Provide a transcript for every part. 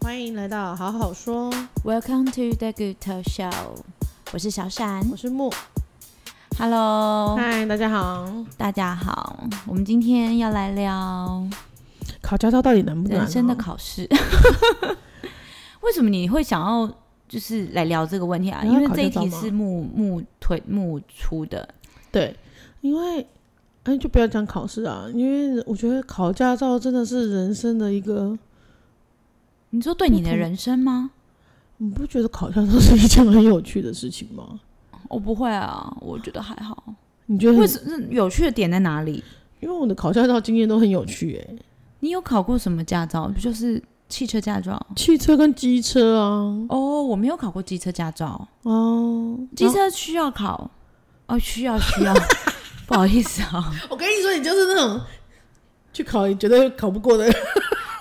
欢迎来到好好说， Welcome to the Good Talk Show，我是小闪。我是木。 Hello，嗨，大家好。大家好，我们今天要来聊考驾照到底难不难、人生的，考试。 为什么你会想要就是来聊这个问题啊？你要因为考这一驾照题吗是木木推木出的，对，因为哎，就不要讲考试啊，因为我觉得考驾照真的是人生的一个，你说对你不的同人生吗？你不觉得考驾照是一件很有趣的事情吗？我不会啊，我觉得还好。你觉得很为？什么有趣的点在哪里？因为我的考驾照经验都很有趣、哎，你有考过什么驾照？不就是汽车驾照？汽车跟机车啊，哦，我没有考过机车驾照，哦，机车需要考哦，需要需要， 不好意思啊、我跟你说，你就是那种去考你绝对考不过的。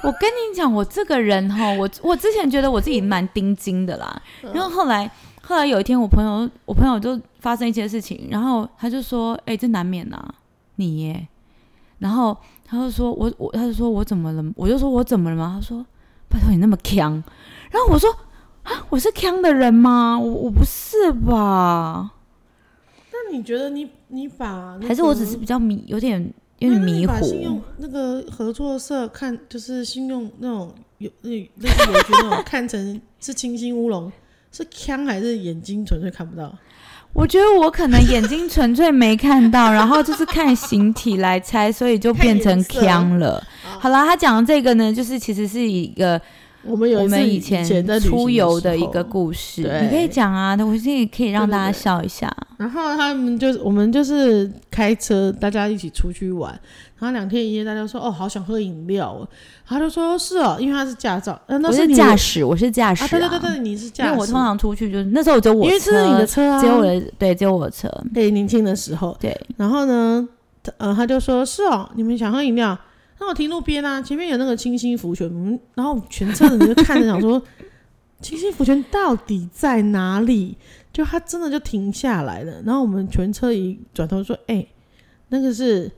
我跟你讲，我这个人哈，我我之前觉得我自己蛮钉钉的啦，然后后来后来有一天，我朋友我朋友就发生一些事情，然后他就说：“哎、这难免啊，你耶。”然后他就说：“我我他就说我怎么了？”我就说：“我怎么了吗？”他说：“拜托你那么强。”然后我说：“啊，我是强的人吗？我我不是吧？那你觉得你你把、那个还是我只是比较迷，有点有点那你迷把糊。信用那个合作社看就是信用那种有那类似邮局那种 看成是清新乌龙，是腔还是眼睛纯粹看不到？我觉得我可能眼睛纯粹没看到，然后就是看形体来猜，所以就变成看颜色腔了。好啦，他讲的这个呢，就是其实是一个我们有我一次们以前在旅行出游的的时一候个故事，对你可以讲啊，我现在也可以让对对大家对笑一下。然后他们就是我们就是开车，大家一起出去玩，然后两天一夜，大家说哦好想喝饮料哦，他就说是哦，因为他是驾照，呃、那我是你的驾驶，我是驾驶、啊，对对对对，你是驾因驶，为我通常出去就是那时候只有我因为这车，是你的车啊，只有我的对，只有我的车，对年轻的时候，对，然后呢，他呃，他就说：“是哦，你们想喝饮料？那我停路边啊，前面有那个清新福泉。”嗯，然后全车的人就看着想说：“ 清新福泉到底在哪里？”就他真的就停下来了。然后我们全车一转头说：“哎、那个是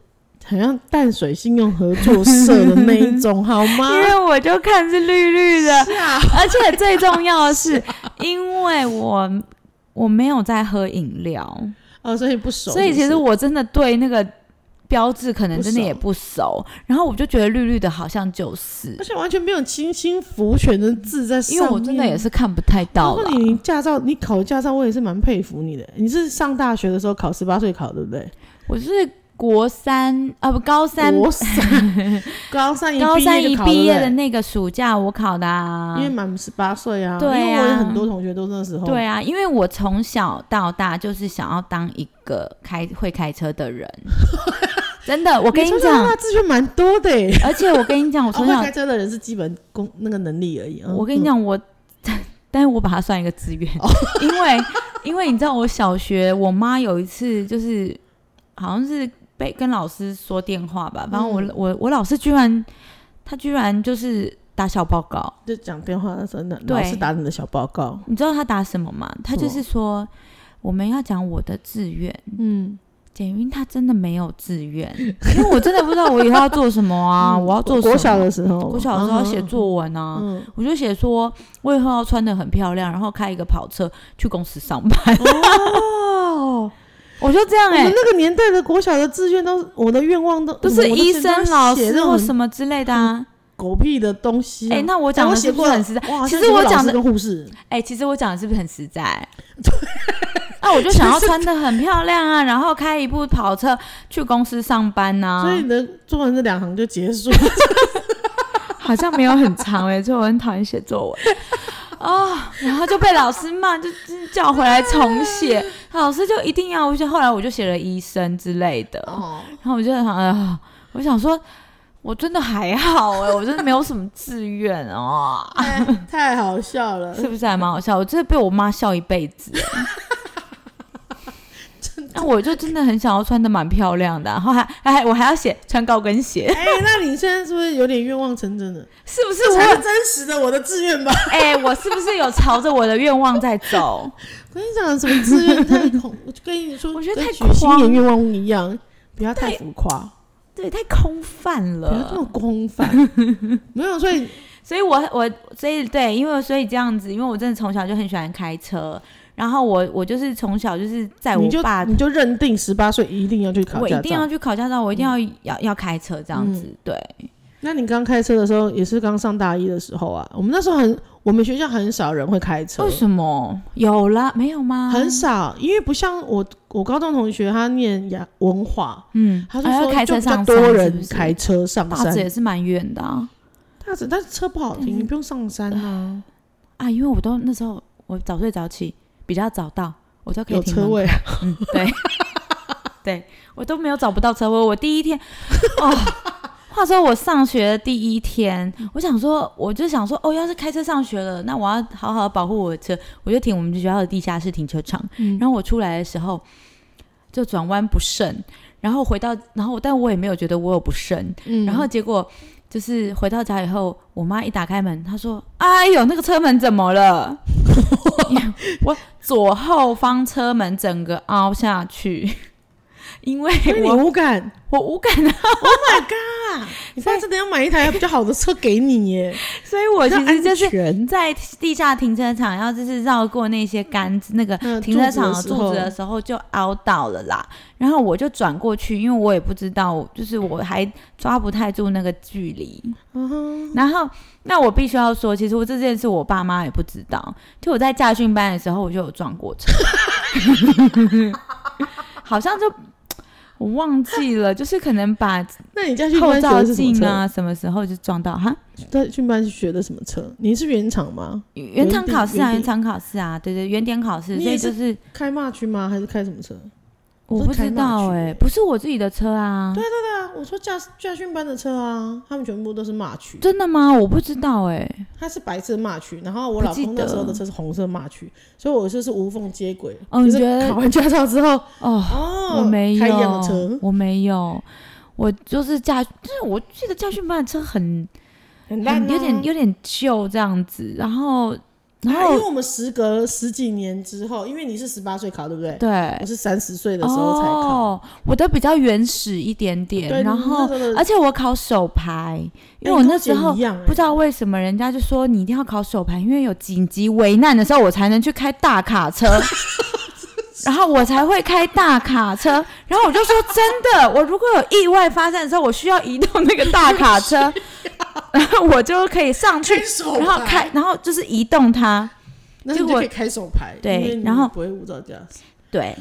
好像淡水信用合作社的那一种，好吗 因为我就看是绿绿的，？” 是啊，而且最重要的是，因为我我没有在喝饮料。哦，所以不熟。所以其是实不是我真的对那个标志可能真的也不熟，然后我就觉得绿绿的好像就是而，且完全没有清新福泉的字在上因面，为我真的也是看不太然到后了。你驾照，你考驾照，我也是蛮佩服你的。你是上大学的时候考，十八岁考，对不对？我是国三啊不高三，国 三，高三一高三毕一业就考毕业对的不那个暑假我考的对啊因。为满十八岁啊。对啊因为我有很多同学都那时候。对啊，因为我从小到大就是想要当一个开会开车 的人，真的，我我跟你讲那，资讯蛮多的耶。而且我跟你讲，我哦从会小开车的人是基本功那个能力而已。嗯哦我跟你，讲，我， 但是我把它算一个资源， 因为因为你知道，我小学我妈有一次就是好像是被跟老师说电话吧，反正我、嗯我我老师居然他居然就是打小报告，嗯就讲电话的时候，那对老师打你的小报告。你知道他打什么吗？他就是说我们要讲我的志愿。嗯，简云他真的没有志愿，因为我真的不知道我以后要做什 么啊，我要做什么？嗯国小的时候，我小的时候要写嗯作文啊，嗯，我就写说，我以后要穿的很漂亮，然后开一个跑车去公司上班。哦， 我就这我样哎、们那个年代的国小的志愿都，我的愿望都都是我医记得生、都老写师那或种什么之类的啊。狗屁的东西、啊。哎、那我哎讲我的写是不过是很实在？哇其那实是我老讲师的跟护士，哎、其实我讲的是不是很实在？啊， 我就想要穿的很漂亮啊，然后开一部跑车去公司上班呐、所以啊。你的作文这两行就结束。好像没有很长哎、所以我很讨厌写作文。 哦，然后就被老师骂，就就叫回来重写。老师就一定要，我就后来我就写了医生之类的。 哦，然后我就想，哎呀，我想说，我真的还好哎、我真的没有什么志愿哦， 哎太好笑了，是不是还蛮好笑？我真的被我妈笑一辈子。那我就真的很想要穿的蛮漂亮的，啊然后还还我还要写穿高跟鞋，哎、那你现在是不是有点愿望成真了？是不是这才我 是啊真实的我的志愿吧？哎、我是不是有朝着我的愿望在走？我 跟你讲，什么志愿太 恐，我就跟你说，我觉得跟太许新狂年愿望一样，不要太浮夸， 对，太空泛不要这么了。 空泛。没有，所以所以我我所以对，因为所以这样子，因为我真的从小就很喜欢开车，然后我我就是从小就是在你我就爸你就认定十八岁一定要去考我一驾定要照。嗯去考驾照，我一定要、要要开车这样子。对，那你刚开车的时候也是刚上大一的时候啊？我们那时候很，我们学校很少人会开车为，什么有啦？没有吗？很少，因为不像我我高中同学他念雅文化，嗯，他就还要说开就车比较上多山人是不是开车上大山直，也是蛮远的啊大直但是车不好停，你不用上山啊，啊，因为我都那时候我早睡早起，比较早到，我就可以有停车门口位。啊嗯，对，对我都没有找不到车位。我第 一天，哦，话说我上学的第一天，我想说，我就想说，哦，要是开车上学了，那我要好好保护我的车，我就停我们学校的地下室停车场。嗯嗯然后我出来的时候就转弯不慎，然后回到，然后但我也没有觉得我有不慎，嗯然后结果。就是回到家以后，我妈一打开门，她说：“哎呦，那个车门怎么了？” 我左后方车门整个凹下去，因为所以你我无感我无感啊，啊！你爸真的要买一台比较好的车给你耶，所以我比较其实就是安全在地下停车场，要就是绕过那些杆子那个那停车场的柱呃子的时候柱子的时候就凹到了啦。然后我就转过去，因为我也不知道，就是我还抓不太住那个距离。嗯然后，那我必须要说，其实我这件事我爸妈也不知道。就我在驾训班的时候，我就有撞过车， 好像就我忘记了，就是可能把那你家训后班学照的是什么镜车？啊什么时候就撞到哈。在训班学的什么车？你是原厂吗？原厂考试啊，原原地厂考试啊，对对，原点考试，你所也以就是开 March 吗？还是开什么车？我不知道开哎、马去不是我自己的车啊，对啊，我说驾驾训班的车啊，他们全部都是 March，真的吗？我不知道哎、它是白色 March，然后我不老记公那时候的得车是红色 March，所以我就是无缝接轨。哦就你是觉得考完驾照之后，哦，哦，我没开一样的有车，，我没有，我就是驾，就是我记得驾训班的车很很烂、很啊，有点有点旧这样子，然后然啊因为后我们时隔十几年之后，因为你是十八岁考，对不对？对我是三十岁的时候才考。哦，我的比较原始一点对，点，然后你那时候的而且我考手牌，因为哎我跟那姐时候一样哎不知道为什么人家就说你一定要考手牌，因为有紧急危难的时候我才能去开大卡车， 然后我才会开大卡车。然后我就说真的，我如果有意外发生的时候，我需要移动那个大 卡车，然后我就可以上去开，手然后牌开，，然后就是移动它。那你结就果可以开手牌，对因为你然后不会无照驾驶。对，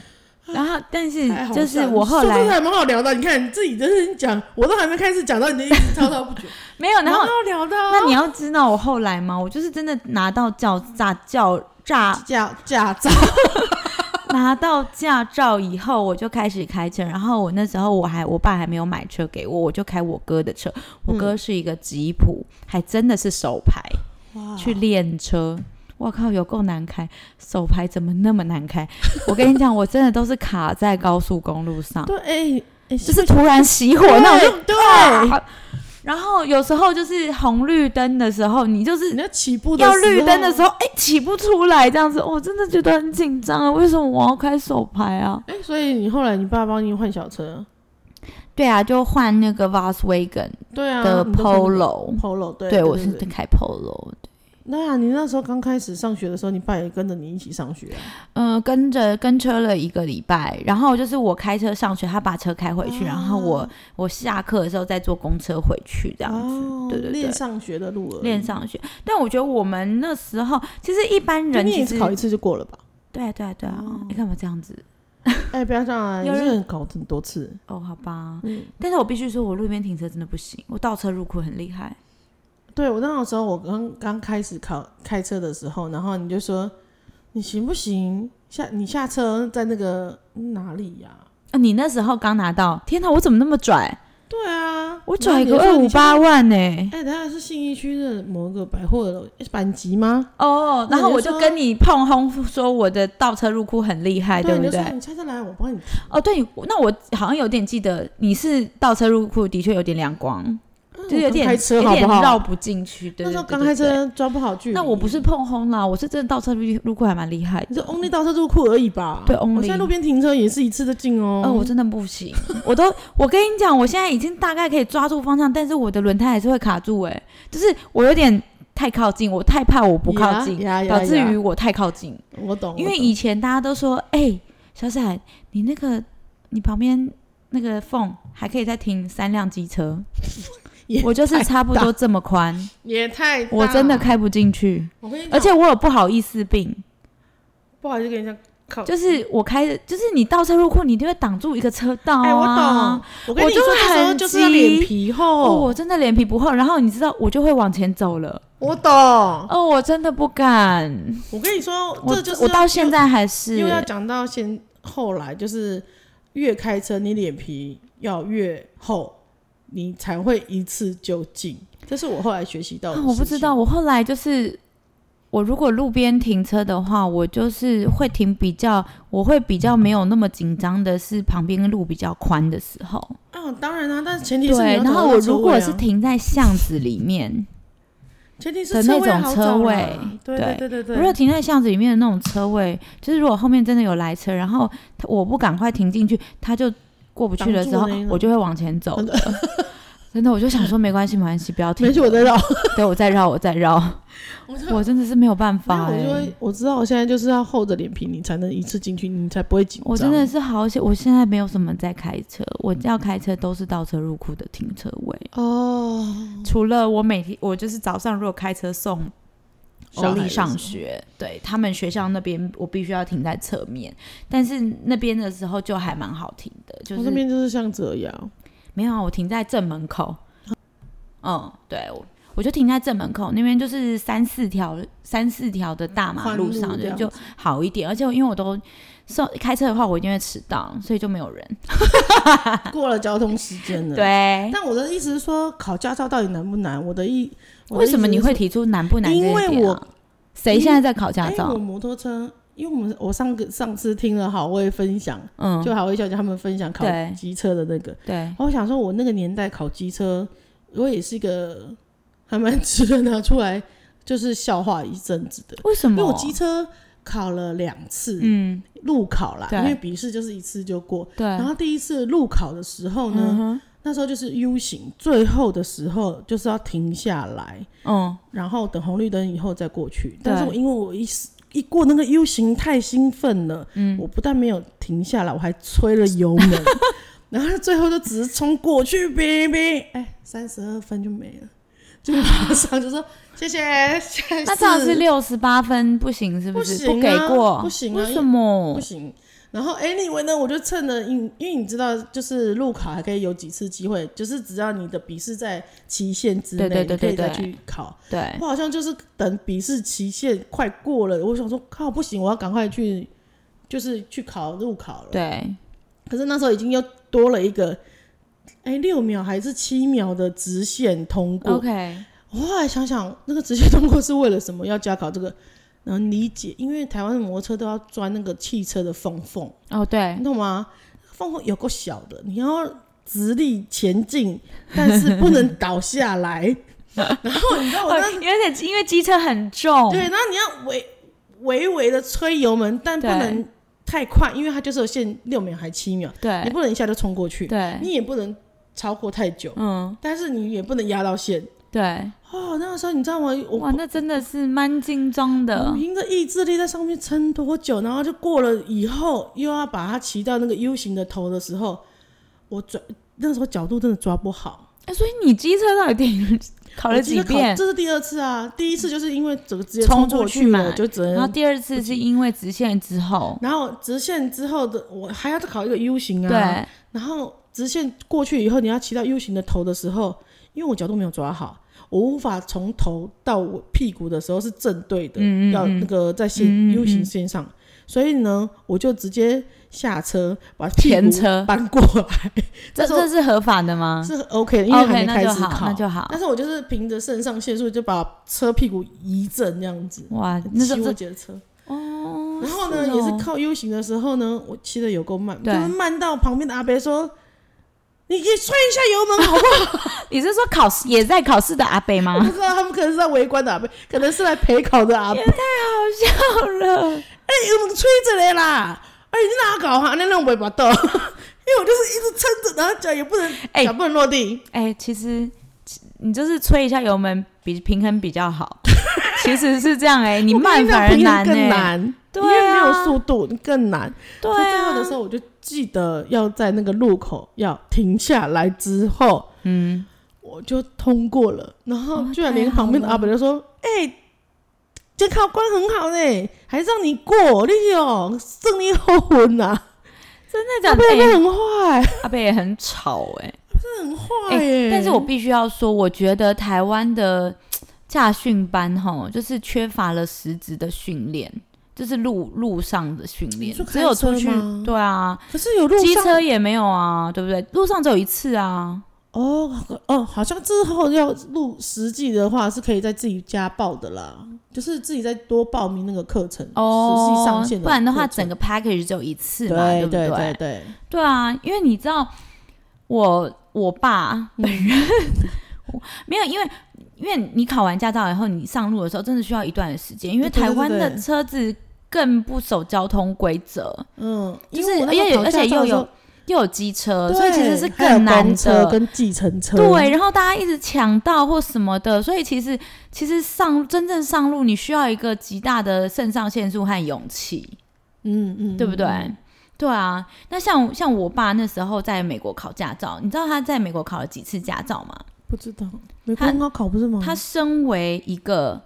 然后但是啊还好就是像我后说真的来还蛮好聊的，你看你自己就是讲，我都还没开始讲到你就一直滔滔不绝，没 有，然蛮后好聊的啊。那你要知道我后来吗？我就是真的拿到教驾教驾驾驾照，拿到驾照以后，我就开始开车。然后我那时候我还我爸还没有买车给我，我就开我哥的车。我哥是一个吉普，还真的是手牌哇去练车。我靠，有够难开，手牌怎么那么难开？我跟你讲，我真的都是卡在高速公路上，对，哎、哎，就是是突然熄火那种就。对，啊然后有时候就是红绿灯的时候，你就是你要起步的要绿灯的时候，候，哎、起不出来这样子，我真的觉得很紧张啊！为什么我要开手牌啊？哎、所以你后来你爸帮你换小车，对啊，就换那个 Volkswagen 对啊，的你都是 Polo，、 Polo，对，对我是对开 Polo，那你那时候刚开始上学的时候，你爸也跟着你一起上学、啊，嗯、呃，跟着跟车了一个礼拜，然后就是我开车上学，他把车开回去，啊然后我我下课的时候再坐公车回去这样子。哦对对对练上学的路而已练，上学，但我觉得我们那时候其实一般就人你也其是实考一次就过了吧？对啊对啊对啊，哦你干嘛这样子？哎、不要这样啊，你有人是很考很多次，哦，好吧，嗯，但是我必须说，我路边停车真的不行，我倒车入库很厉害。对我那个时候我刚刚开始考开车的时候，然后你就说你行不行？下你下车在那个哪里呀、啊，你那时候刚拿到，天哪，我怎么那么拽？对啊，我拽然个二后五你就说八。万呢、哎、等下是信义区的某个百货的板级吗？哦，那然你就后我就说跟你碰轰说我的倒车入库很厉哎害，对你不就说对？你下车来，我帮你停。哦，对，我那我好像有点记得，你是倒车入库的确有点亮光，嗯我就有刚点开车有好不点好？绕不进去。对那时候对对刚对开对车抓不好距离。那我不是碰轰啦，我是真的倒车入入库还蛮厉害你的是。only 倒车入库而已吧？对我现在 only 路边停车也是一次的进哦。哦，我真的不行，我都我跟你讲，我现在已经大概可以抓住方向，但是我的轮胎还是会卡住、欸，哎，就是我有点太靠近，我太怕我不靠近，呀呀呀导致于呀我太靠近。我懂，因哦我为懂以前大家都说，哎、小闪，你那个你旁边那个缝还可以再停三辆机车， 也我就是差不多这么宽， 也太大我真的，开不进去，我跟你讲，而且我有不好意思病，不好意思跟你讲，靠，就是我开的，就是你倒车入库，你就会挡住一个车道、啊。哎，我懂，我跟我你就说，会那时候很就是要急脸皮厚，哦，我真的脸皮不厚，然后你知道我就会往前走了。我懂，哦，我真的不敢，我跟你说，我这就是我到要现在还是又要讲到先后来，就是越开车你脸皮要越厚，你才会一次就进。这是我后来学习到的、啊，我不知道，，我后来就是，我如果路边停车的话，我就是会停比较，我会比较没有那么紧张的是旁边路比较宽的时候。啊，当然啊，但是前提是你对，要然后找我到车如位果啊是停在巷子里面，前提的是那位种好车找啦位对对对 对对如果停在巷子里面的那种车位，就是如果后面真的有来车，然后他我不赶快停进去，他就过不去的时候挡住那一，个我就会往前走的。 真的，我就想说没关系，没关系，不要 停。没事，我在绕，对我再绕，我再绕， 我就我真的是没有办法、没有我就欸。会我知道，我现在就是要厚着脸皮，你才能一次进去，你才不会紧张。我真的是好险，我现在没有什么在开车，我嗯要开车都是倒车入库的停车位，哦，除了我每天我就是早上如果开车送小欧孩丽的时上候学，对他们学校那边我必须要停在侧面，但是那边的时候就还蛮好停的，我就这是哦边就是像这 样，没有啊，我停在正门口，哦嗯，对我。我就停在正门口那边，就是三四条、三四条的大马宽路路上，这就样就好一点。而且因为我都送开车的话，我一定会迟到，所以就没有人。过了交通时间了。，对，但我的意思是说，考驾照到底难不难？我的意，我的为什么意思你是会提出难不难这一因点啊、为我谁现在在考驾哎，我照？摩托车，因为我们我上个上次听了好味分享，嗯，就好味小姐他们分享考对机车的那个，对然，后我想说，我那个年代考机车，我也是一个还蛮值得拿出来就是笑话一阵子的，为什因为么？我机车考了两次，嗯，路考啦，对因为笔试就是一次就过。对，然后第一次路考的时候呢，嗯哼，那时候就是 U 型，最后的时候就是要停下来，嗯，然后等红绿灯以后再过去。但是我因为我一时一过那个 U 型太兴奋了，嗯我不但没有停下来，我还催了油 门，然后最后就只是冲过去，哔哔，哎，三十二分就没了，就马上就说谢谢。下一次那这样是六十八分不行，是是？不行给啊过，不行啊为什么不？行。然后 anyway 呢，我就趁着因因为你知道，就是路考还可以有几次机会，就是只要你的笔试在期限之内，对对对对你可以再对哎去考。对，我好像就是等笔试期限快过了，我想说靠不行，我要赶快去，就是去考路考了。。对，可是那时候已经又多了一个，哎、六秒还是七秒的直线通过。 OK，我后来想想，那个直线通过是为了什么要加考这个？能理解，因为台湾的摩托车都要钻那个汽车的缝缝，哦对你，懂吗？缝缝有够小的，你要直立前进，但是不能倒下 来。然后你知道我那哦有点因为机车很重，对，然后你要微微微的吹油门，但不对能太快，因为它就是有限六秒还七秒，你对不能一下就冲过去，对，你也不能超过太久，嗯但是你也不能压到线。对，哦，那个时候你知道吗？哇，我那真的是蛮紧张我的，凭着意志力在上面撑多久，然后就过了以后，又要把它骑到那个 U 型的头的时候，我抓那时候角度真的抓不好。哎所以你机车到底停考了我记几得考遍？这是第二次啊，第一次就是因为整个直接冲冲出过去去嘛了，就只能然后第二次是因为直线之后，然后直线之后的我还要再考一个 U 型啊，对，然后直线过去以后，你要骑到 U 型的头的时候，因为我角度没有抓好，我无法从头到我屁股的时候是正对的，嗯嗯要嗯那个在线、嗯嗯嗯 U 型线上，所以呢，我就直接下车把屁前股车搬过来，这时候这是合法的吗是 OK 的，因为还 OK，没那开就始好，考，那就好但。是我就是凭着肾上腺素就把车屁股移正这样子，哇，那时骑候我这姐的车。哦，然后呢，哦也是靠 U 型的时候呢，我骑的有够慢，就对是慢到旁边的阿伯说：“你给踹一下油门好不好你是说考试也在考试的阿北？”我 吗？不知道他们可能是在围观的阿伯，可能是来陪考的阿伯。哎、好了，油门吹着嘞啦！哎、你哪搞哈、啊？那那我也不懂， 因为我就是一直撑着，然后脚也不能，哎脚不能落地。 哎，其实其你就是吹一下油门比平衡比较好，其实是这样哎、你我跟慢你反讲而平衡难更哎、难，对因为没有啊速度，你更难。对在最啊后的时候，我就记得要在那个路口要停下来之后，嗯，我就通过了。然后哦居然连太好旁边的了阿伯就说：“哎、这考官很好呢、还让你过，你哦，胜利后婚呐、啊，真的假阿的伯？阿伯哎很坏，阿贝也很吵哎、 很坏哎、耶、但是我必须要说，我觉得台湾的驾训班哈，就是缺乏了实质的训练，就是路路上的训练你说，开只有出车去吗，对啊，可是有路机上车也没有啊，对不对？路上只有一次啊，哦哦，好像之后要录实际的话，是可以在自己家报的啦，就是自己再多报名那个课程，实际上哦线，的不然的话，课程整个 package 只有一次嘛，对不对对对对，对啊，因为你知道，我我爸本人、嗯我 没有，因为因为你考完驾照以后，你上路的时候真的需要一段时间，因为对对对台湾对的车子更不守交通规则，嗯，就因是为我那而且个考有而且驾照又的时候有又有机车，对呃所以其实是还有更难公车的。跟计程车，对，，然后大家一直抢道或什么的，所以其实其实上真正上路，你需要一个极大的肾上腺素和勇气。嗯嗯，对不对？嗯对啊，那像像我爸那时候在美国考驾照，你知道他在美国考了几次驾照吗？不知道，美国很好考不是吗？他身为一个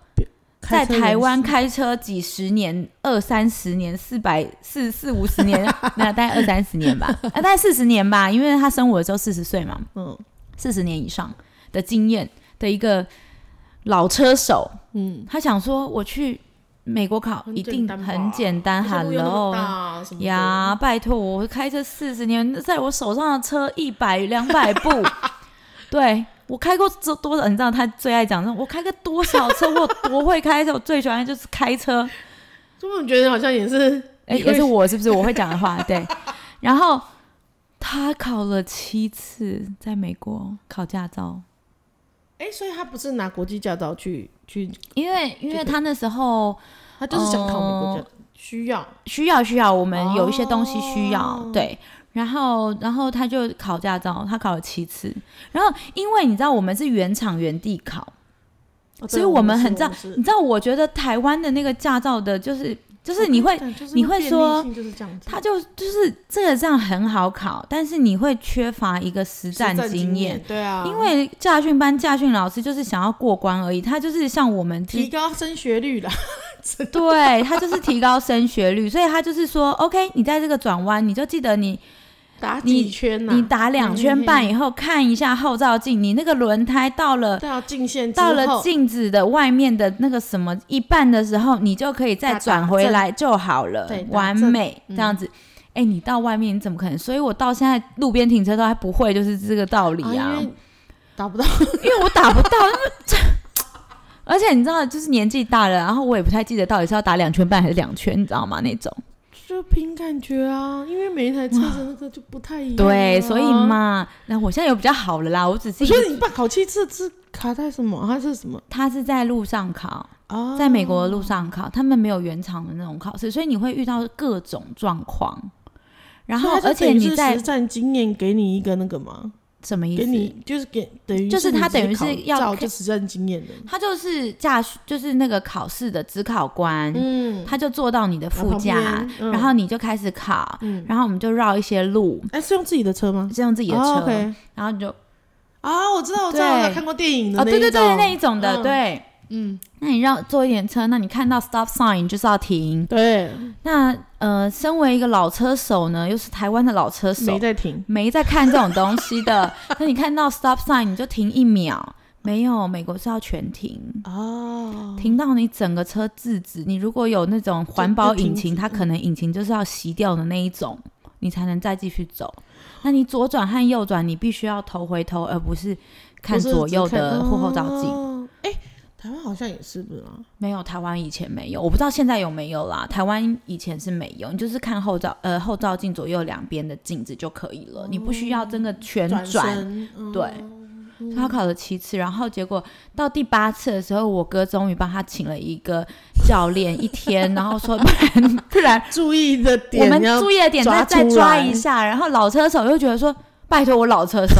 在嗯开车人台湾士开车几十年、二三十年、四百四四五 十年，那大概二三十年吧，啊，大概四十年吧，因为他生我的时候四十岁嘛，嗯四十年以上的经验的一个老车手，嗯，他想说我去美国考很一简定单很吧简单而且路又那么啊，Hello，大啊什么的呀，，拜托，我开车四十年，在我手上的车一百两百步，对我开过多多少？你知道他最爱讲那种我开过多少车，我有多会开车，我最喜欢的就是开车。所以我觉得好像也是，哎、你也会是我是不是我会讲的话？对，然后他考了七次，在美国考驾照，哎，所以他不是拿国际驾照去去，因为因这个为他那时候他就是想考美哦国驾，需要需要需要，我们有一些东西需要、哦对。然后，然后他就考驾照，他考了七次。然后，因为你知道我们是原厂原地考，哦对所以我们很在是我你们知道，我觉得台湾的那个驾照的，就是就是你会，是就是你会说便利性就是这样子，他就就是这个这样很好考，但是你会缺乏一个实实战经验验，，对啊，因为驾训班驾训老师就是想要过关而已，他就是像我们之提高升学率啦， 真的对他就是提高升学率，所以他就是说，OK，你在这个转弯，你就记得你打你几圈呐、你打嗯两圈半以后，看一下后照镜，你那个轮胎到 了到进线之到了后镜子的外面的那个什么一半的时候，你就可以再转回来就好了对打，正完美嗯这样子。哎、你到外面你怎么可能？所以我到现在路边停车都还不会，就是这个道理啊，啊因为打不到， 因为我打不到。因为 这而且你知道，就是年纪大了，然后我也不太记得到底是要打两圈半还是两圈，你知道吗？那种。哎就凭感觉啊，因为每一台车的那个就不太一样、啊对，所以，嘛，那我现在有比较好了啦。我只是我一觉得直你爸考七次是卡在什么？他是什么他是在路上考，啊？在美国的路上考，他们没有原厂的那种考试，所以你会遇到各种状况。然所以他，后就而且等于你是在实战经验给你一个那个嘛，什么意给思？你就是给等于就是你他直接等于是考要照就实战经验的，他就是驾驶，就是那个考试的指考官，嗯，他就坐到你的副驾旁，边嗯然后你就开始考，嗯，然后我们就绕一些路，哎、是用自己的车吗？是用自己的车，哦，OK 然后你就啊，我知道，我知道，对我有看过电影的哦，那对对对，种那一种的，嗯对，嗯，那你让坐一点车，那你看到 stop sign 你就是要停，对，那呃，身为一个老车手呢，又是台湾的老车没手，在停，没在看这种东西的。 那你看到 stop sign 你就停一秒，没有，美国是要全停，哦，停到你整个车制止。你如果有那种环保引就停擎，止它可能引擎就是要熄掉的那一种，你才能再继续走。那你左转和右转，你必须要头回头，而不是看不是左只右看的后后照镜。哦哎、台湾好像也是不是吗？没有，台湾以前没有，我不知道现在有没有啦。台湾以前是没有，你就是看后照呃后照镜左右两边的镜子就可以了，你不需要真的全转转。身，嗯对，他考了七次，然后结果到第八次的时候，我哥终于帮他请了一个教练一天， 然后说不然不然哎注意的我点们要注意的点再抓再出抓来 一下。然后老车手又觉得说，拜托我老车手，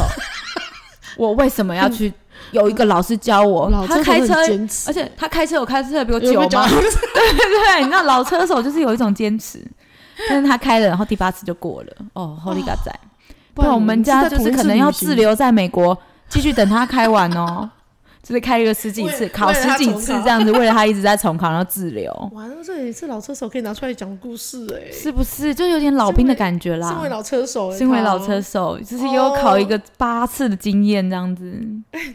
我为什么要去有一个老师教我老，他车开手车很坚持而，且他开车有开车的比我有没久有吗讲？ 对，你知道老车手就是有一种坚持，但是他开了，然后第八次就过了。 哦，Holy God 在，不然我们家就是可能要滞。留在美国，继续等他开完哦，就是开个十几次，为考为了十他几重次考这样子，为了他一直在重考，然后滞留，哇，那这里是老车手可以拿出来讲故事哎、是不是就有点老兵的感觉啦身？为老车手、欸，身为老靠车手，就是又考一个八次的经验这样子，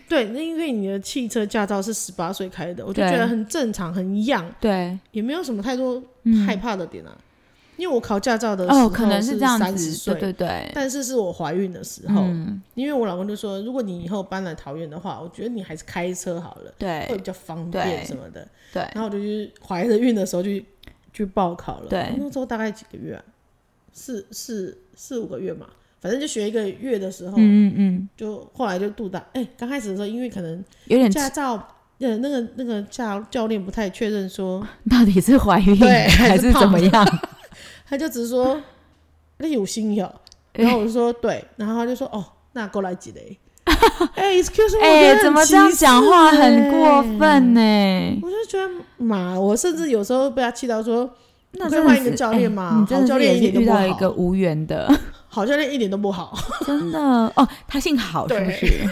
对，那因为你的汽车驾照是十八岁开的，我就觉对得很正常，很样，对，也没有什么太多嗯害，怕的点啊。因为我考驾照的时候哦，可能是这样三十子，岁，对对对，但是是我怀孕的时候，嗯，因为我老公就说，如果你以后搬来桃园的话，我觉得你还是开车好了，会对比较方对便什么的。对。然后我就去怀着孕的时候去去报考了。对我那时候大概几个月、啊，四四四五个月嘛，反正就学一个月的时候，嗯嗯嗯，就后来就度大。哎、刚开始的时候，因为可能有点驾照。呃，那个那个教教练不太确认说，到底是怀孕 对还还是是怎么样？ 他就只是说那有心有， 然后我就说对，然后他就说哦，那过来几雷。 哎、e x c u s e me，哎、我觉得怎么很这样歧视讲话很欸过分欸呢、我就觉得妈，我甚至有时候被他气到说，那我可以真的换一个是教哎练嘛你真好教的是练也一是点都遇不到一好个无缘 的，好教练一点都不好。真的哦。他姓郝是不对是？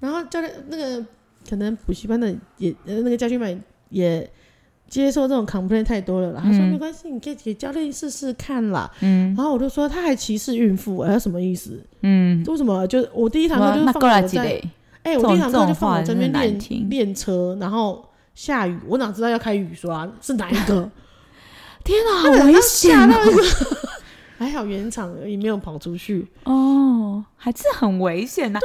然后教练那个可能补习班的也呃那个家训班也接受这种 complain 太多了啦。他说嗯没关系，你可以给教练试试看啦。嗯然后我就说他还歧视孕妇，哎、什么意思？嗯，为什么？就我第一堂哇课就那是过放来我几在，类？哎、这我种第一堂课这就种话放我在那边真的难练听练车，然后下雨，我哪知道要开雨刷是哪一 个？天哪，好哦危险吓到一哦！个， 还好原厂而已，没有跑出去。哦，还是很危险的、啊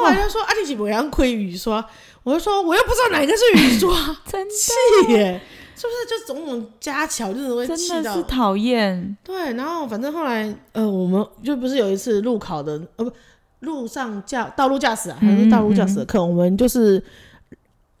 后来他说：“啊，你是不要亏雨刷。”我就说：“我又不知道哪个是雨 刷，真气耶！是不是就种种加巧，就是会啊真气的是到讨厌。对。然后反正后来，呃，我们就不是有一次路考的，呃，不，路上驾道路驾驶啊，嗯还是道路驾驶的课，我们就是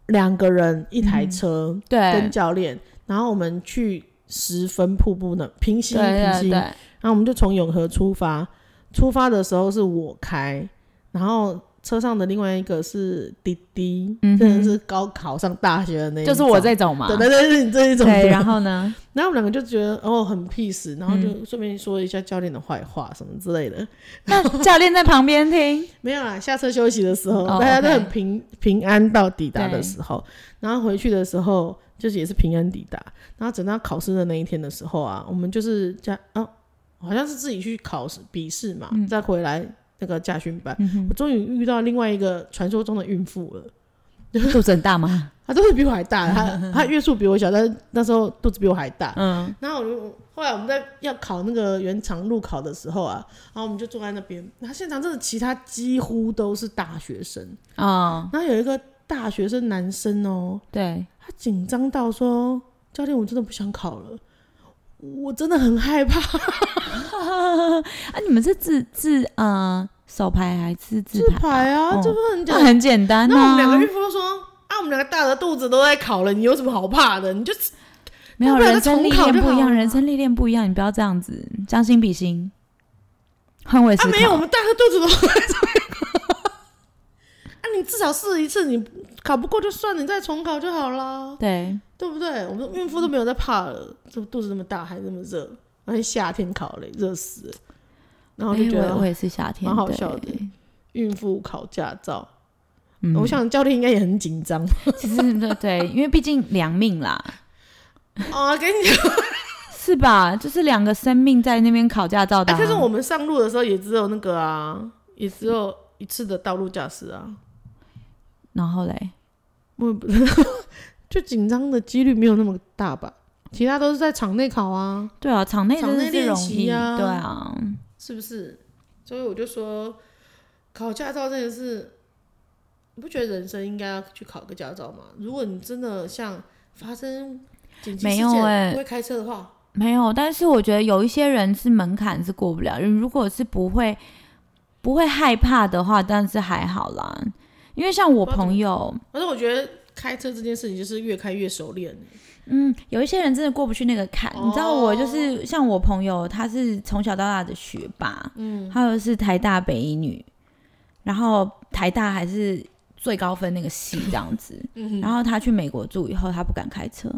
两个人一台车跟对教练，然后我们去十分瀑布呢，平溪对平对溪，对，然后我们就从永和出发，出发的时候是我开，然后车上的另外一个是滴滴，嗯哼真的是高考上大学的那一就种，是我这种嘛。对对对，是你这一种的。对，然后呢？然后我们两个就觉得哦很 peace，然后嗯就顺便说一下教练的坏话什么之类的。那教练在旁边 听，没有啦，下车休息的时候，哦大家都 OK 很平平安到抵达对的时候，然后回去的时候就是也是平安抵达。然后等到考试的那一天的时候啊，我们就是家哦，好像是自己去考试笔试嘛，嗯再回来那个驾训班。我终于遇到另外一个传说中的孕妇了，肚子很大吗？她都是比我还大，她她月数比我小，但是那时候肚子比我还大。嗯，然后我就后来我们在要考那个原厂路考的时候啊，然后我们就坐在那边，然后现场真的其他几乎都是大学生。哦，然后有一个大学生男生哦，对，他紧张到说：“教练，我真的不想考了，我真的很害怕。 啊，你们是自自呃手牌还是自自牌？排啊，哦这不是很简那单？很简单那我们两个啊孕，妇都说：“啊，我们两个大着肚子都在考了，你有什么好怕的？你就没有要不然人生历重考练就不一好样，了人生历练不一样，你不要这样子，将心比心，换位思啊，没有，我考。们大着肚子都在这边 啊，你至少试一次，你考不过就算，你再重考就好啦，对，对不对？我们孕妇都没有在怕了，这肚子那么大还那么热，而且夏天考嘞，热死了。”然后就哎觉得我我也是夏天，蛮好对笑的。孕妇考驾照，嗯我想教练应该也很紧 张 其实对对，因为毕竟两命啦，啊。跟你讲，是吧？就是两个生命在那边考驾照的哎啊。可是我们上路的时候也只有那个啊，也只有一次的道路驾驶啊，然后嘞，我也不就紧张的几率没有那么大吧。其他都是在场内考啊，对啊，场内场真的内是练容习易，啊对啊，是不是？所以我就说，考驾照真的是，你不觉得人生应该要去考个驾照吗？如果你真的像发生紧急没事有件哎不会开车的话，没有，但是我觉得有一些人是门槛是过不了，如果是不会不会害怕的话，但是还好啦。因为像我朋友，反正我觉得开车这件事情就是越开越熟练。欸嗯，有一些人真的过不去那个坎。哦你知道，我就是像我朋友，她是从小到大的学霸，嗯，还有是台大北一女，然后台大还是最高分那个系这样子。 嗯然后他去美国住以后，他不敢开车，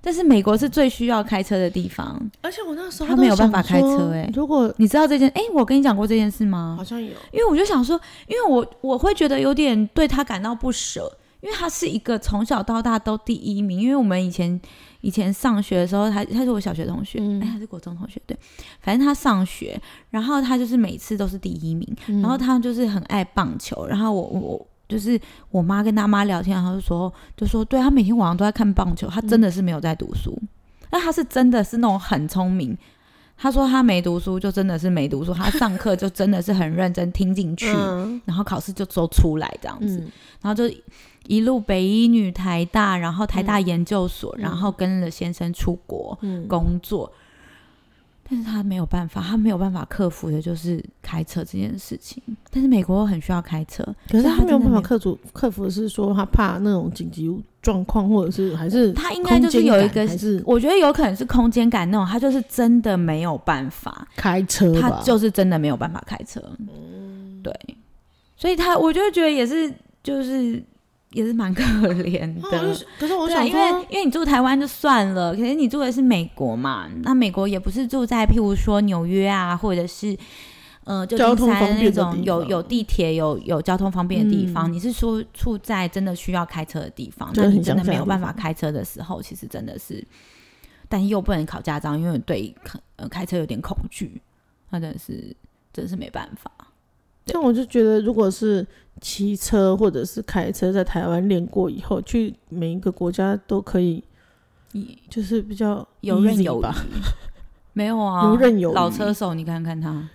但是美国是最需要开车的地方。而且我那时候他都没有想办法开说车欸如果你知道这件？哎，我跟你讲过这件事吗好？像有，因为我就想说，因为我我会觉得有点对他感到不舍，因为他是一个从小到大都第一名。因为我们以前以前上学的时候，他他是我小学同学，嗯哎，他是国中同学，对，反正他上学，然后他就是每次都是第一名，然嗯后他就是很爱棒球，然后我我。就是我妈跟他妈聊天，然后就说就说，对他每天晚上都在看棒球，他真嗯的是没有在读书。那、他是真的是那种很聪明，他说他没读书就真的是没读书，他上课就真的是很认真听进去，嗯然后考试就都出来这样子，嗯然后就一路北医女、台大，然后台大研究所，嗯然后跟了先生出国嗯，工作。但是他没有办法，他没有办法克服的就是开车这件事情。但是美国很需要开车，可是所以他没有真的办法克服，克服的是说他怕那种紧急状况，或者是还是他应该空就是间有一感，个还，是我觉得有可能是空间感那种，他就是真的没有办法。开车他吧，嗯就是真的没有办法开车。对，所以他我就觉得也是，就是也是蛮可怜那我的。就可是我对啊，想因为说，因为你住台湾就算了，可是你住的是美国嘛，那美国也不是住在譬如说纽约啊，或者是呃旧交金通山方那便的地种方有有地铁、有有交通方便的地方，嗯你是说住在真的需要开车的地方，就那很你真的乡下没有的办地法开车的时候，其实真的是，但又不能考驾照，因为对开呃开车有点恐惧，那真的是真的是没办法。像我就觉得，如果是骑车或者是开车，在台湾练过以后，去每一个国家都可以，你就是比较游刃 easy 有余吧。， 没有啊，游刃有老余车手，你看看他，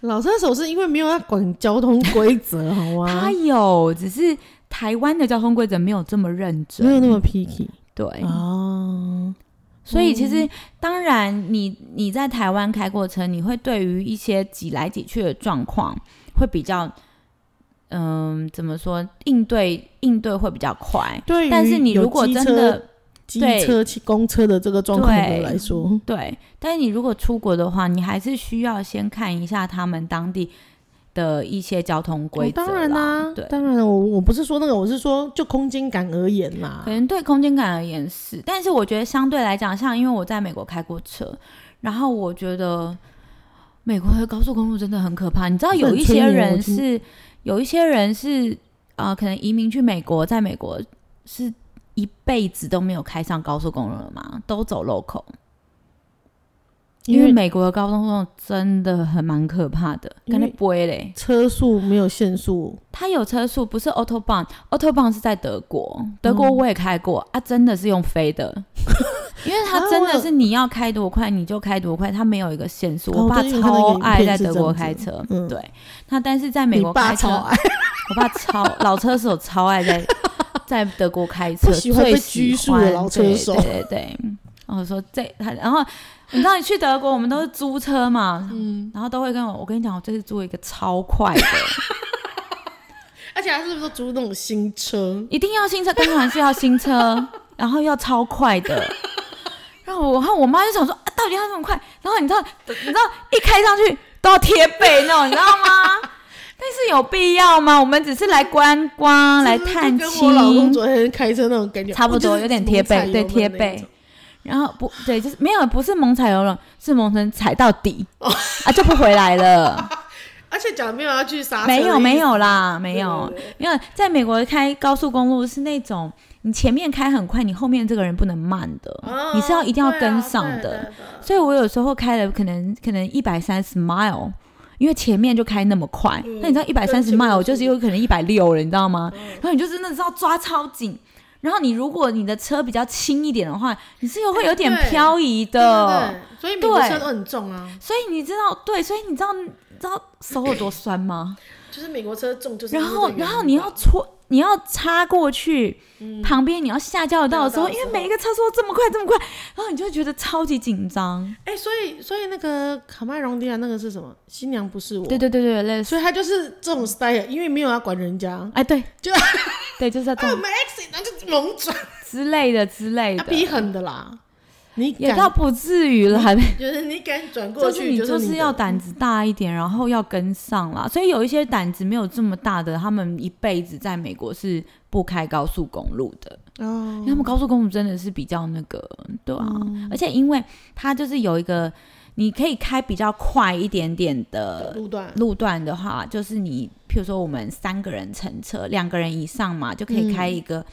老车手是因为没有要管交通规则，好吗他？有，只是台湾的交通规则没有这么认真，没有那么 picky 对。哦，所以其实当然你，你在台湾开过车，你会对于一些挤来挤去的状况会比较，嗯、怎么说应对应对会比较快。对于但是你有如果机真车的机对车、骑公车的这个状况的对来说，对，但是你如果出国的话，你还是需要先看一下他们当地的一些交通规哦则啦、当然啦、对，当然了，我我不是说那个，我是说就空间感而言啦可。能对空间感而言是，但是我觉得相对来讲，像因为我在美国开过车，然后我觉得美国的高速公路真的很可怕。你知道有一些人很催是，有一些人是呃，可能移民去美国，在美国是一辈子都没有开上高速公路了嘛，都走路口。因因为为美国的高速公路真的很蛮可怕的，因为跟那不会嘞。车速没有限速，它有车速，不是 autobahn，autobahn 是在德国，德嗯国我也开过、啊，真的是用飞的， 因为它真的是你要开多快你就开多快，它没有一个限速。哦我爸最近看那个超影片爱在是德这样国子开车，嗯对，那但是在美你国爸开车，超爱， 我爸超老车手超 爱在在德国开车，不喜欢最被喜拘束的欢老车对手对对对，然后说这他，然后你知道你去德国，我们都是租车嘛，嗯，然后都会跟我，我跟你讲，我这次租了一个超快的。而且他是不是都租那种新车？一定要新车，当然是要新 车，然后要超快的。然后我和我妈就想说，啊、到底要这么快？然后你知道，你知道一开上去都要贴背那种，你知道 吗？但是有必要吗？我们只是来观光、来是不是探就跟我老公亲，昨天开车那种感觉，差不多我就是有点贴背，对猛踩油门贴那背种。。然后不对，就是没有，不是猛踩油冷，是猛成踩到 底、啊，就不回来了。而且讲没有要去刹车，没有没，有啦，没有对对对，因为在美国开高速公路是那种你前面开很快，你后面这个人不能慢的，啊你是要一定要对啊跟上对的。对对所以我有时候开了可能可能一百三十 mile。因为前面就开那么快，嗯那你知道一百三十跟前面嗯 mile 是就是有可能一百六了，你知道吗？然后你就真的是要抓超紧，然后你如果你的车比较轻一点的话，你是有会有点哎对啊漂移的。对，对对所以美国对车都很重啊，所以你知道，对，所以你知道你知道手有多酸吗？就是美国车重就是因然为这个后，原因吧。然后你要戳，你要插过去，嗯旁边你要下交流道的时候，下交道的因时候为每一个车速都这么快，这么快，然后你就会觉得超级紧张。哎、所以所以那个卡麦隆迪亚那个是什么？新娘不是我。对对对对，类似，所以他就是这种 style，因为没有要管人家，哎，对，就对，就是要这 样没 exit，然后就猛转，之类的之类他的。逼狠的啦。你也敢倒不至于了，还没。就是你敢转过就是去，你就就是你要的胆子大一点，然后要跟上啦。所以有一些胆子没有这么大的，他们一辈子在美国是不开高速公路的，因哦为他们高速公路真的是比较那个，对啊。嗯而且因为它就是有一个，你可以开比较快一点点的路段，路段的话，就是你，譬如说我们三个人乘车，两个人以上嘛，就可以开一个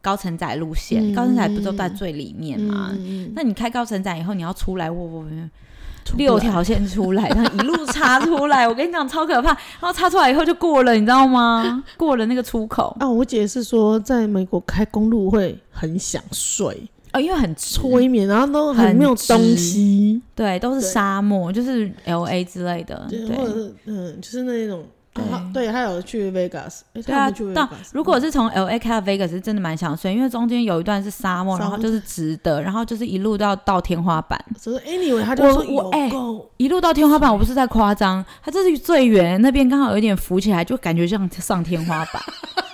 高承载路线。嗯高承载不都在最里面嘛？嗯嗯那你开高承载以后，你要出来，我我我出不六来条线出来， 然后一路插出来，我跟你讲超可怕。然后插出来以后就过了，你知道吗？过了那个出口，啊！我姐是说，在美国开公路会很想睡，哦，因为很直催眠，然后都很很没有东直西，对，都是对沙漠，就是 L A 之类的，对，或者对。是嗯，就是那种啊对她对，她有去 Vegas，诶对她啊有没有去，到 Vegas，如果是从 L A 开到 Vegas 是真的蛮想睡，因为中间有一段是沙漠，沙然漠后就是直的，然后就是一路到到天花板，只是 anyway，她就嗯我哎说我诶有够一路到天花板，我不是在夸张，它这是最远那边刚好有点浮起来，就感觉像上天花板，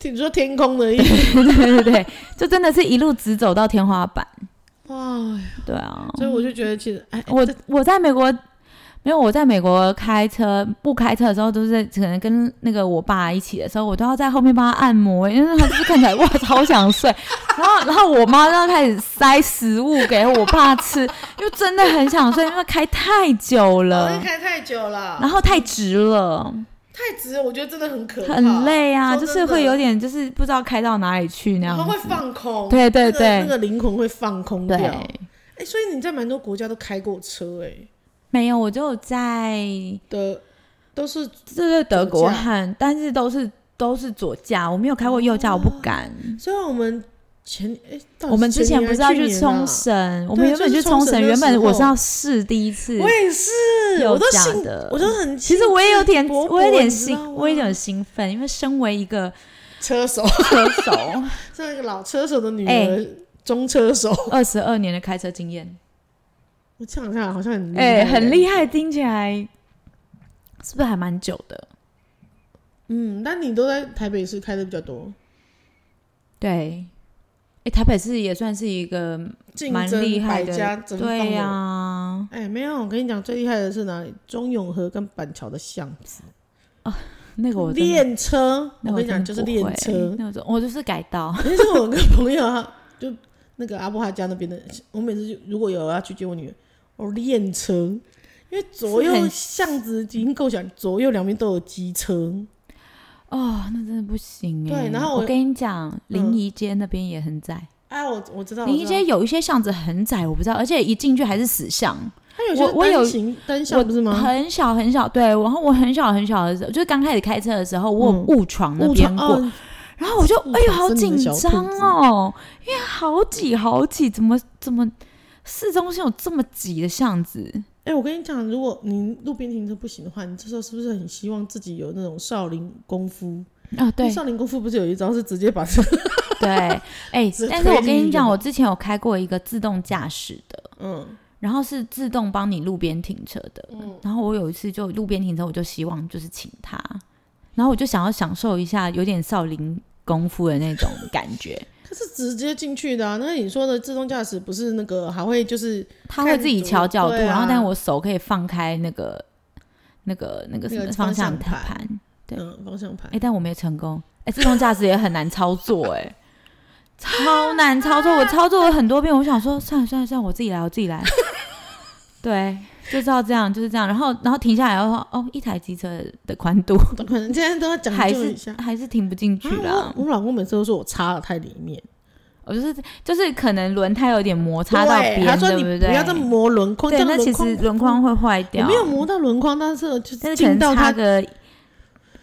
听你说天空的意思，对对对，就真的是一路直走到天花板，哇！对啊，所以我就觉得其实哎，我这我在美国没有，我在美国开车不开车的时候，都是可能跟那个我爸一起的时候，我都要在后面帮他按摩，因为他就是看起来哇超想睡，然后然后我妈就要开始塞食物给我爸吃，因为真的很想睡，因为开太久好了像。哎开太久了，然后太直了，太直了，我觉得真的很可怕，很累啊，说就真是会的有点就是不知道开到哪里去那然样后会子。放空，对对那个那对个灵魂会放空掉。对哎、，所以你在蛮多国家都开过车、没有，我就在哎的都是这是德左国驾汉，但是都是都是左驾，我没有开过右驾，我不敢。虽然我们前哎、哦到底我们是之前年不还是要去去年冲啊绳，我们原本就是去冲冲绳绳，那原本时我是候要试第一次我也是，右我都驾兴，的我。都很其实我也有点，勃勃我有点你知兴道，我有吗点兴奋，因为身为一个车 手，车手，这个老车手的女儿，哎中车手，二十二年的开车经验，我想想好像很厉害哎、很耶厉害，听起来是不是还蛮久的？嗯，但你都在台北市开的比较多，对，哎、台北市也算是一个竞蛮争厉害百的家争放对呀、呀、哎、没有，我跟你讲，最厉害的是哪里？中永和跟板桥的巷子，那个我真的练车。那我跟你讲，就真的是不练会车。那种我就是改道， 那是我跟朋友啊，就那个阿布他家那边的，我每次就如果有要去接我女儿，我练车，因为左是右很巷子已经够小，左右两边都有机车，哦，那真的不行哎。对然后我我跟你讲，临沂街那边也很窄，哎，我我知道，临我沂知道街有一些巷子很窄，我不知道，而且一进去还是死巷，他有我些我有单行单向不是吗？很小很小。对，然后我很小很小的时候，就是刚开始开车的时候，我有嗯误闯那误边闯过，哦，然后我就误哎呦闯好是你紧的小兔张子哦，因为好挤好挤，怎么怎么市中心有这么挤的巷子？哎、我跟你讲，如果你路边停车不行的话，你这时候是不是很希望自己有那种少林功夫？啊，因为对，少林功夫不是有一招是直接把车，对，哎、 直但是推我进跟去你就讲，好我之前有开过一个自动驾驶的，嗯，然后是自动帮你路边停车的，然后我有一次就路边停车，我就希望就是请他，然后我就想要享受一下有点少林功夫的那种感 觉，它是直接进去的、啊。那你说的自动驾驶不是那个还会就是他会看自己左调角度，对啊然后但我手可以放开那个那个那个什那个么方方向向盘，盘对嗯方向盘哎、？但我没成功，哎、自动驾驶也很难操作、哎。超难操作，我操作了很多遍，我想说算了算了算了，我自己来，我自己来。 对，就是要这样，就是这样。然后，然后停下来然后，哦，一台机车的宽度我可能现在都要讲还究是一下。还是停不进去啦。啊我我老公每次都说我插的太里面，我就是就是可能轮胎有点摩擦到对边，他说你对不对？要再磨轮框，这对，样那其轮框实轮框会坏我掉，没有磨到轮框，但是就但是可进能到差他个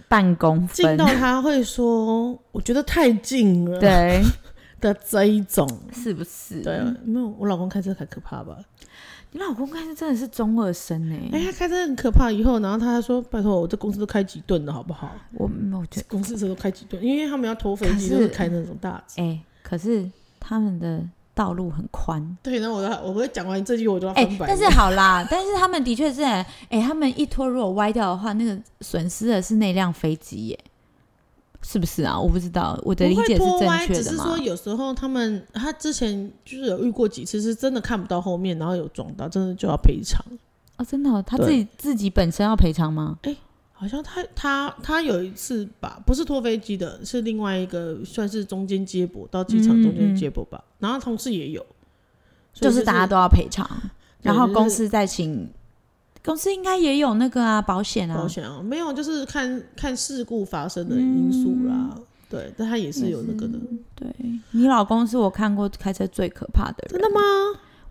半公进分到。他会说，我觉得太近了对，嗯的这一种。是不是？对，没有，我老公开车才可怕吧？你老公开始真的是中二生哎、哎、他开车很可怕。以后，然后他还说：“拜托，我这公司都开几吨了，好不好？我嗯我觉得。公司车都开几吨，因为他们要拖飞可机，是都是开那种大车。哎、可是他们的道路很宽。”对，然后我就我会讲完这句，我就要哎、翻白眼。但是好啦，但是他们的确是，哎、他们一拖如果歪掉的话，那个损失的是那辆飞机耶，是不是啊？我不知道，我的理不会解是拖正歪，确只的是吗说？有时候他们他之前就是有遇过几次，是真的看不到后面，然后有撞到，真的就要赔偿。哦，真的、哦，他对自己自己本身要赔偿吗？好像他他他有一次吧，不是拖飞机的，是另外一个算是中间接驳到机场嗯中间嗯接驳吧。然后同事也有，所就以是大家都要赔偿，对然后就是公司再请，公司应该也有那个啊保险啊保，险啊，没有就是看看事故发生的因素啦。嗯对，但他也是有那个的，对你老公是我看过开车最可怕的人，真的吗？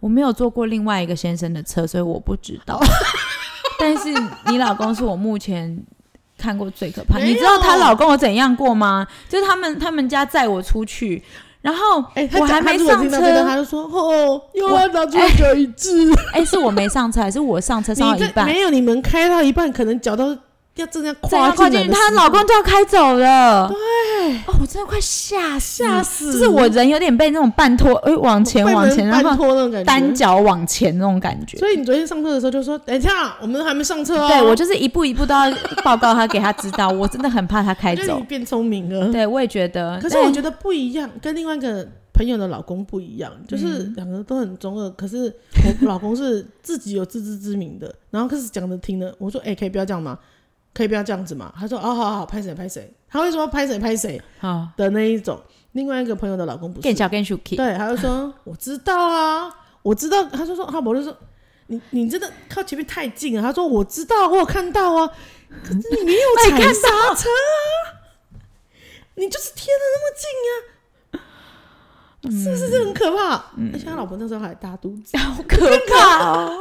我没有坐过另外一个先生的车，所以我不知 道。但是你老公是我目前看过最可怕。没有你知道她老公有怎样过吗？就是他们他们家载我出去，然后哎、他我还讲他没如果上听车到，这个，他就说：“哦，又要拿出脚一致。哎、是我没上车，还是我上车上到你一这半？没有，你们开到一半，可能脚都要正要再跨啊跨进进来去，的时她候老公就要开走了。对，哦，我真的快吓死吓了，死，就是我人有点被那种半拖，哎、往前被往人前，然半后拖那种感觉。单脚往前那种感觉。所以你昨天上课的时候就说：“等一下，我们都还没上车哦。”对我就是一步一步都要报告他，给他知道，我真的很怕他开我觉得走你。变聪明了。对，啊我也觉得。哎可是我觉得不一样，跟另外一个朋友的老公不一样，就是两个都很中二，可是 我老公是自己有自知之明的，然后开始讲着听的，我说：“哎、可以不要这样吗？可以不要这样子吗？”他说：“哦，好好，拍谁拍谁。”他会说：“拍谁拍谁得啊，的那一种。”另外一个朋友的老公不是更，小更 Shuki，对，他就说 我知道啊，我知道。他就说，哈伯就说你你真的靠前面太近了。他说我知道，我有看到啊，可是你没 哎有踩刹车啊，你就是贴的那么啊近啊，是不是这很可怕？嗯而且他老婆那时候还大肚 子，好可怕哦！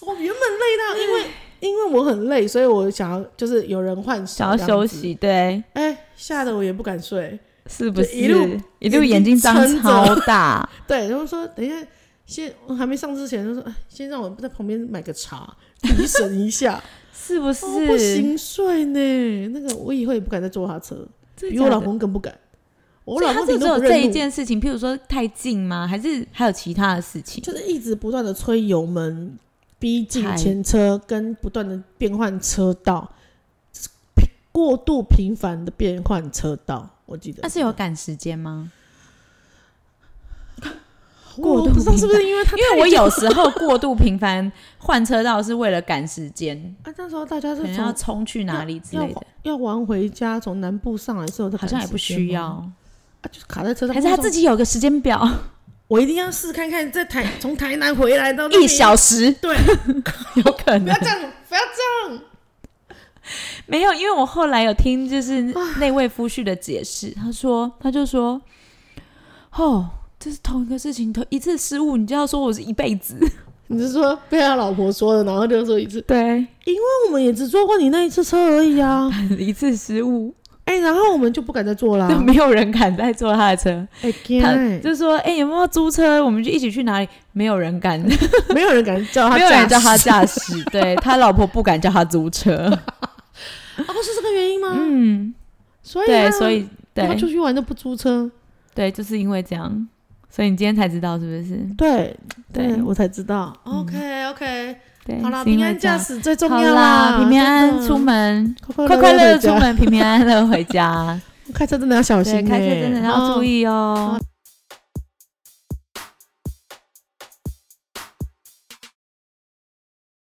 我原本累到，因为因为我很累，所以我想要就是有人换手想要这样休子。息，对，哎，吓得我也不敢睡。是不？就是一路一路眼眼睛睛张撑着超 大，对，然后说等一下，先我还没上之前，就说哎先让我在旁边买个茶，提神一下。是不是？哦、不行睡呢，那个我以后也不敢再坐他车，真的比假的，我老公更不敢。我所以老他公就顶只多有不这认一路，件事情，譬如说太近吗？还是还有其他的事情？就是一直不断的吹油门，逼近太前车，跟不断的变换车道，就是频过度频繁的变换车道。我记得那是有赶时间吗？我过度不知道频是不是因为他因为我有时候过度频繁换车道是为了赶时间，啊那时候大家可是能要从冲去哪里之要类的，要往回家，从南部上来之后，好像也不需要，啊，就是卡在车上，还是他自己，己有个时间哦表，我一定要试看看，在台从台南回来到 一小时， 对， 有可不能要这样，不要这样。没有，因为我后来有听就是那位夫婿的解释，他说他就说，哦，这是同一个事情，同一次失误，你就要说我是一辈子，你是说被他老婆说的，然后就说一次，对，那我们也只坐过你那一次车而已 啊。 一次失误，哎、然后我们就不敢再坐啦就。没有人敢再坐他的车，哎、天他欸，就说，哎、有没有租车？我们就一起去哪里？没有人敢，没没有人敢叫他， 有人叫他。驾驶，对他老婆不敢叫他 租车，哦，是这个原因吗？嗯，所以、啊、对，所以他对出去玩都不租车。对，就是因为这样，所以你今天才知道是不是？对，对对我才知道。OK OK，对，嗯好啦，是因平为安这样驾驶最重好要啦，平平安安真的出，门，快快快乐乐回出家。 门，平平安安乐回家。开车真的要小心、欸，对，开车真的要注哦意哦哦。